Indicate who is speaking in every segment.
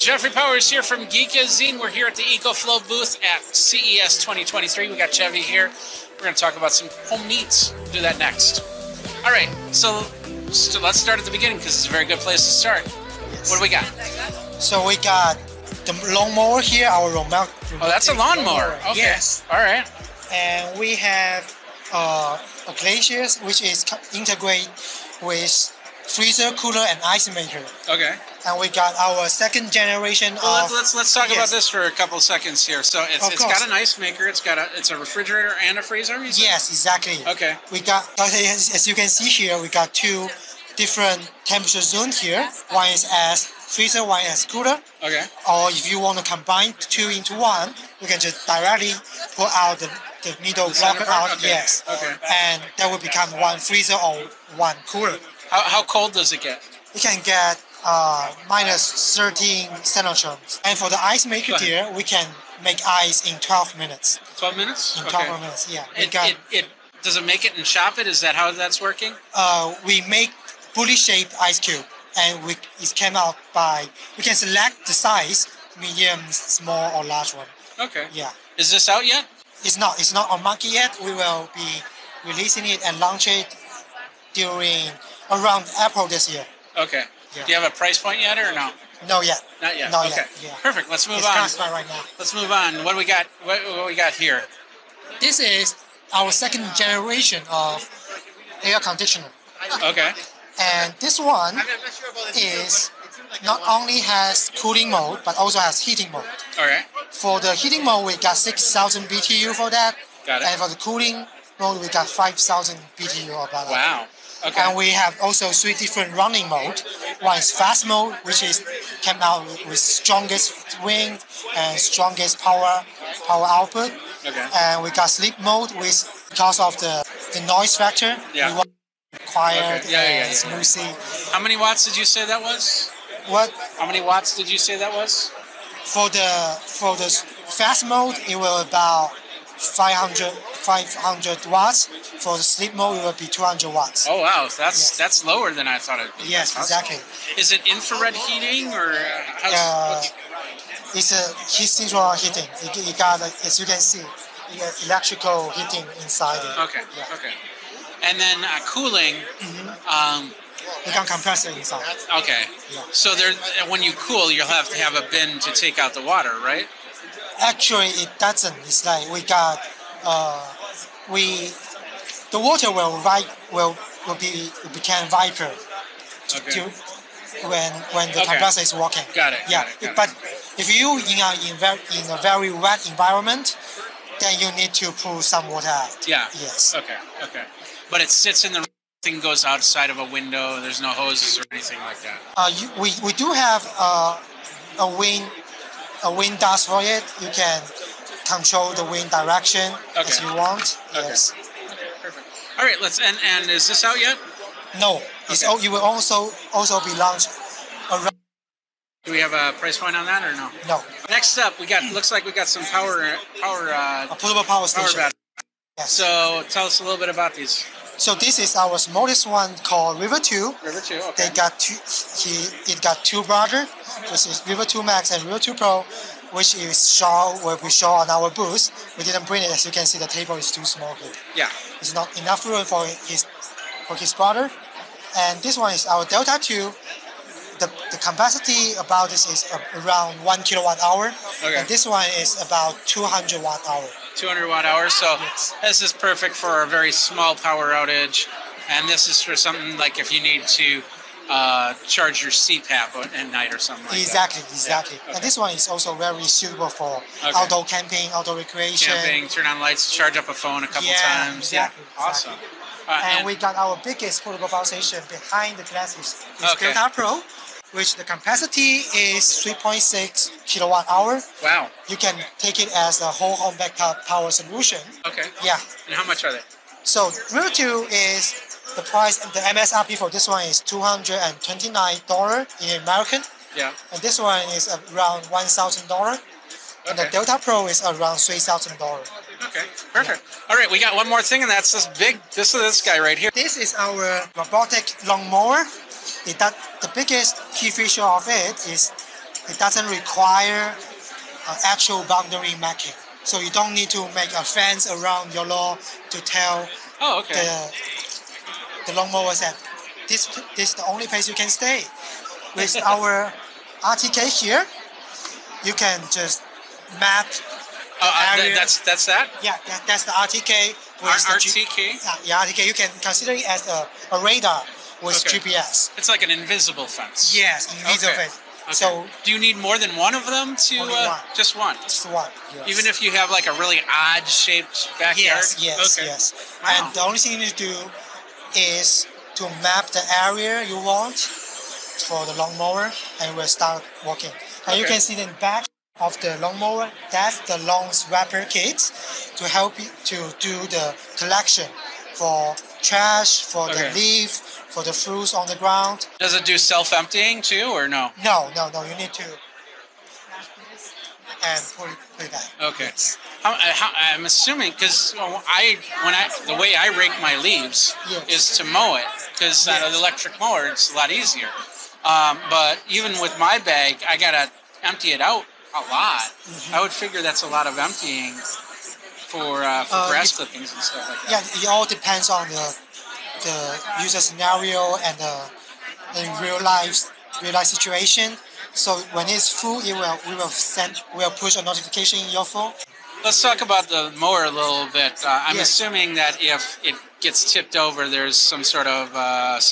Speaker 1: Jeffrey Powers here from Geek Zine. We're here at the EcoFlow booth at E CES 2023. We got Chevy here. We're going to talk about some home needs. We'll do that next. All right, so, so let's start at the beginning because it's a very good place to start. What do we got?
Speaker 2: So we got the lawnmower here, our remote.
Speaker 1: Oh, that's a lawnmower. Okay.
Speaker 2: Yes,
Speaker 1: All right.
Speaker 2: and we have uh, a glaciers which is co- integrate with freezer, cooler, and ice maker.
Speaker 1: Okay.
Speaker 2: And we got our second generation
Speaker 1: Well,
Speaker 2: of
Speaker 1: let's, let's let's talk about
Speaker 2: yes.
Speaker 1: this for a couple of seconds here. So it's,
Speaker 2: Of
Speaker 1: it's
Speaker 2: course.
Speaker 1: got an ice maker. It's got a it's a refrigerator and a freezer. you said?
Speaker 2: yes, exactly.
Speaker 1: Okay.
Speaker 2: We got as, as you can see here, we got two different temperature zone here. One is as freezer, one as cooler.
Speaker 1: Okay.
Speaker 2: Or if you want to combine two into one, you can just directly pull out the, the middle
Speaker 1: center
Speaker 2: blocker
Speaker 1: part?
Speaker 2: out.
Speaker 1: Okay.
Speaker 2: Yes.
Speaker 1: Okay.
Speaker 2: And that will become one freezer or one cooler.
Speaker 1: How, how cold does it get?
Speaker 2: You can get uh, minus 13 centigrams. And for the ice maker
Speaker 1: Right.
Speaker 2: here, we can make ice in 12 minutes.
Speaker 1: Twelve minutes.
Speaker 2: In
Speaker 1: Okay.
Speaker 2: 12 minutes, yeah. We
Speaker 1: It,
Speaker 2: got
Speaker 1: it, it does it make it and shop it? Is that how that's working?
Speaker 2: uh, we make bully shaped ice cube and we, it came out by we can select the size medium small or large one
Speaker 1: Okay.
Speaker 2: yeah
Speaker 1: Is this out yet?
Speaker 2: it's not it's not on market yet we will be releasing it and launch it during around april this year
Speaker 1: Okay.
Speaker 2: Yeah.
Speaker 1: Do you have a price point yet or no?
Speaker 2: no yet
Speaker 1: Not yet.
Speaker 2: not
Speaker 1: okay.
Speaker 2: yet yeah
Speaker 1: Perfect. Let's move
Speaker 2: it's
Speaker 1: on.
Speaker 2: classified right now
Speaker 1: Let's move on. What do we got? What, what we got here?
Speaker 2: this is our second generation of air conditioner
Speaker 1: Okay.
Speaker 2: and this one is not only has cooling mode but also has heating mode
Speaker 1: All right.
Speaker 2: For the heating mode, we got 6,000 BTU for that.
Speaker 1: Got it.
Speaker 2: And for the cooling mode, we got 5,000 BTU about that.
Speaker 1: Wow. Okay.
Speaker 2: And we have also three different running mode. One is fast mode, which is came out with strongest wind and strongest power power output.
Speaker 1: Okay.
Speaker 2: And we got sleep mode, which because of the, the noise factor,
Speaker 1: Yeah.
Speaker 2: we want quiet
Speaker 1: Okay. Yeah, yeah, yeah,
Speaker 2: and
Speaker 1: yeah.
Speaker 2: smoothie.
Speaker 1: How many watts did you say that was?
Speaker 2: What
Speaker 1: How many watts did you say that was?
Speaker 2: for the for the fast mode it will about 500 500 watts for the sleep mode it will be 200 watts
Speaker 1: Oh wow, that's
Speaker 2: Yes.
Speaker 1: that's lower than I thought it. would be.
Speaker 2: yes
Speaker 1: That's awesome.
Speaker 2: exactly
Speaker 1: Is it infrared heating or uh, how's,
Speaker 2: uh,
Speaker 1: what's-
Speaker 2: it's a heat central heating it, it got like, as you can see it got electrical heating inside it
Speaker 1: okay,
Speaker 2: Uh, yeah. Mm-hmm.
Speaker 1: okay, and then uh, cooling. Um,
Speaker 2: you can compress it inside
Speaker 1: okay,
Speaker 2: Yeah.
Speaker 1: so there when you cool, you'll have to have a bin to take out the water, right?
Speaker 2: actually it doesn't it's like we got uh, we the water will vi- will will be become vapor
Speaker 1: Okay,
Speaker 2: to- when when the
Speaker 1: Okay.
Speaker 2: compressor is working.
Speaker 1: Got it,
Speaker 2: Yeah,
Speaker 1: got it, got it.
Speaker 2: but if you in a in, ver- in a very wet environment, then you need to pull some water out.
Speaker 1: yeah,
Speaker 2: Yes.
Speaker 1: okay, okay, but it sits in the thing goes outside of a window. There's no hoses or anything like that.
Speaker 2: Uh, you, we, we do have uh, a wind a wind dust for it. You can control the wind direction as
Speaker 1: Okay.
Speaker 2: you want.
Speaker 1: Okay.
Speaker 2: Yes.
Speaker 1: All right, let's and and is this out yet?
Speaker 2: No. It's
Speaker 1: Okay.
Speaker 2: all, it will also also be launched around.
Speaker 1: Do we have a price point on that or no?
Speaker 2: No.
Speaker 1: Next up, we got looks like we got some power power uh,
Speaker 2: A portable power
Speaker 1: power
Speaker 2: station.
Speaker 1: batteries.
Speaker 2: Yes.
Speaker 1: So tell us a little bit about these.
Speaker 2: so this is our smallest one called River Two.
Speaker 1: River two. Okay.
Speaker 2: they got two he it got two brother which is River 2 Max and River 2 Pro which is show what we show on our booth we didn't bring it as you can see the table is too small here
Speaker 1: Yeah.
Speaker 2: it's not enough room for his for his brother and this one is our Delta 2 the, the capacity about this is a- around one kilowatt hour
Speaker 1: Okay.
Speaker 2: and this one is about 200 watt hour
Speaker 1: 200 watt hours. So this is perfect for a very small power outage, and this is for something like if you need to uh, charge your CPAP at night or something like
Speaker 2: exactly exactly
Speaker 1: okay.
Speaker 2: and this one is also very suitable for
Speaker 1: Okay.
Speaker 2: outdoor camping outdoor
Speaker 1: that.
Speaker 2: recreation
Speaker 1: Camping, turn on lights, charge up a phone a couple
Speaker 2: Yeah,
Speaker 1: times.
Speaker 2: exactly,
Speaker 1: yeah. Awesome. Uh,
Speaker 2: and we got our biggest portable power station behind the glasses. It's
Speaker 1: Okay.
Speaker 2: Delta Pro, which the capacity is 3.6 kilowatt hour.
Speaker 1: wow.
Speaker 2: You can take it as a whole home backup power solution.
Speaker 1: Okay.
Speaker 2: Yeah.
Speaker 1: And how much are they?
Speaker 2: So Real 2 is the price, the MSRP for this one is $229 in American,
Speaker 1: Yeah.
Speaker 2: and this one is around $1,000. And the
Speaker 1: Okay.
Speaker 2: Delta Pro is around $3,000.
Speaker 1: Okay. Perfect. All right. We got one more thing, and that's this big. This is this guy right here.
Speaker 2: This is our robotic lawnmower. It, that, the biggest key feature of it is It doesn't require uh, actual boundary making. So you don't need to make a fence around your lawn to tell
Speaker 1: Oh, okay.
Speaker 2: the the lawnmower said, this this is the only place you can stay. With our RTK here, you can just map.
Speaker 1: Oh, uh, th-
Speaker 2: area-
Speaker 1: that's that's that.
Speaker 2: Yeah, that, that's the RTK. With
Speaker 1: R-
Speaker 2: the G-
Speaker 1: RTK.
Speaker 2: yeah, yeah, RTK. You can consider it as a, a radar with
Speaker 1: Okay.
Speaker 2: GPS.
Speaker 1: It's like an invisible fence.
Speaker 2: Yes, invisible
Speaker 1: Okay.
Speaker 2: fence.
Speaker 1: Okay.
Speaker 2: So
Speaker 1: do you need more than one of them to?
Speaker 2: Only
Speaker 1: uh,
Speaker 2: one.
Speaker 1: Just one.
Speaker 2: just one. Yes.
Speaker 1: Even if you have like a really odd shaped backyard.
Speaker 2: Yes, yes,
Speaker 1: okay.
Speaker 2: yes.
Speaker 1: Wow.
Speaker 2: And the only thing you need to do is to map the area you want for the lawnmower, and we'll start working. And you
Speaker 1: Okay.
Speaker 2: can see the back of the lawnmower. That's the lawn wrapper kit to help you to do the collection for trash, for
Speaker 1: Okay.
Speaker 2: the leaf, for the fruits on the ground.
Speaker 1: Does it do self emptying too, or no?
Speaker 2: No, no, no. You need to and put it, put it back.
Speaker 1: Okay. How, uh, how, I'm assuming because I when I the way I rake my leaves
Speaker 2: Yes.
Speaker 1: is to mow it because on an
Speaker 2: Yes.
Speaker 1: electric mower it's a lot easier. Um, but even with my bag, I gotta empty it out a lot.
Speaker 2: Mm-hmm.
Speaker 1: I would figure that's a lot of emptying for, uh, for
Speaker 2: Uh,
Speaker 1: grass
Speaker 2: it-
Speaker 1: clippings and stuff like that.
Speaker 2: yeah, it all depends on the the user scenario and the in real life real life situation. So when it's full, it will we will send we will push a notification in your phone.
Speaker 1: Let's talk about the mower a little bit. Uh, I'm
Speaker 2: Yes.
Speaker 1: assuming that if it gets tipped over, there's some sort of uh,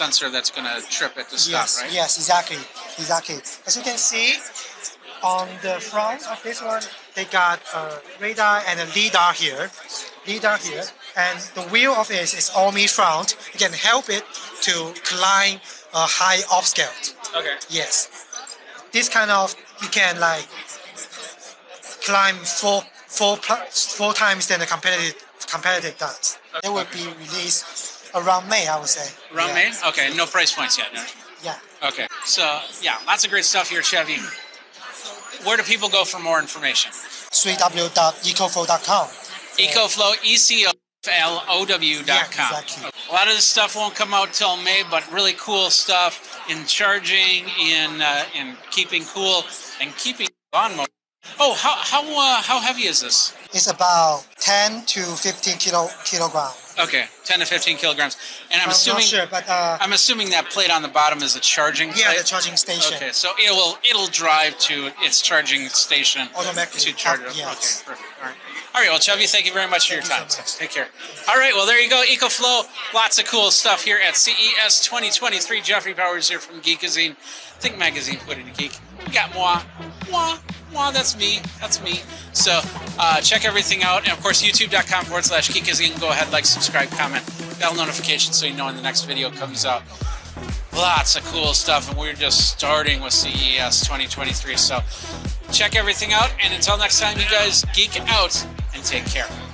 Speaker 1: sensor that's gonna trip it to stop,
Speaker 2: yes,
Speaker 1: right?
Speaker 2: yes, exactly, exactly. As you can see, on the front of this one, they got a radar and a lidar here, lidar here, and the wheel of it is Omni front. You can help it to climb a high upscale.
Speaker 1: Okay.
Speaker 2: Yes. This kind of you can like climb four four pl- four times than the competitive competitive dance. It will be released around May, I would say.
Speaker 1: Around
Speaker 2: yeah.
Speaker 1: Maine? Okay, no price points yet. no.
Speaker 2: Yeah.
Speaker 1: Okay. So yeah, lots of great stuff here, Chevy. Where do people go for more information?
Speaker 2: 3w.ecoflow.com.
Speaker 1: EcoFlow, E C O F L O W dot com.
Speaker 2: Yeah, exactly.
Speaker 1: A lot of this stuff won't come out till May, but really cool stuff in charging, in uh, in keeping cool, and keeping lawnmower. Oh, how how uh, how heavy is this?
Speaker 2: It's about 10 to 15 kilo kilogram.
Speaker 1: Okay, ten to fifteen kilograms. And I'm,
Speaker 2: I'm
Speaker 1: assuming
Speaker 2: not sure, but uh,
Speaker 1: I'm assuming that plate on the bottom is a charging
Speaker 2: yeah,
Speaker 1: plate.
Speaker 2: the charging station.
Speaker 1: Okay, so it will it'll drive to its charging station
Speaker 2: Automatically.
Speaker 1: to charge
Speaker 2: Uh,
Speaker 1: it.
Speaker 2: yes.
Speaker 1: Okay, perfect. All right. All right, well, Chevy, thank you very much for your time.
Speaker 2: Thank you so much.
Speaker 1: Take care. All right, well, there you go. EcoFlow, lots of cool stuff here at E CES 2023. Jeffrey Powers here from Geekazine. Think magazine put in a geek. We got moi. Moi. Moi, that's me. That's me. So uh, check everything out. And of course, youtube.com forward slash geekazine. Go ahead, like, subscribe, comment, bell notification so you know when the next video comes out lots of cool stuff and we're just starting with E ces 2023 so check everything out and until next time you guys geek out and take care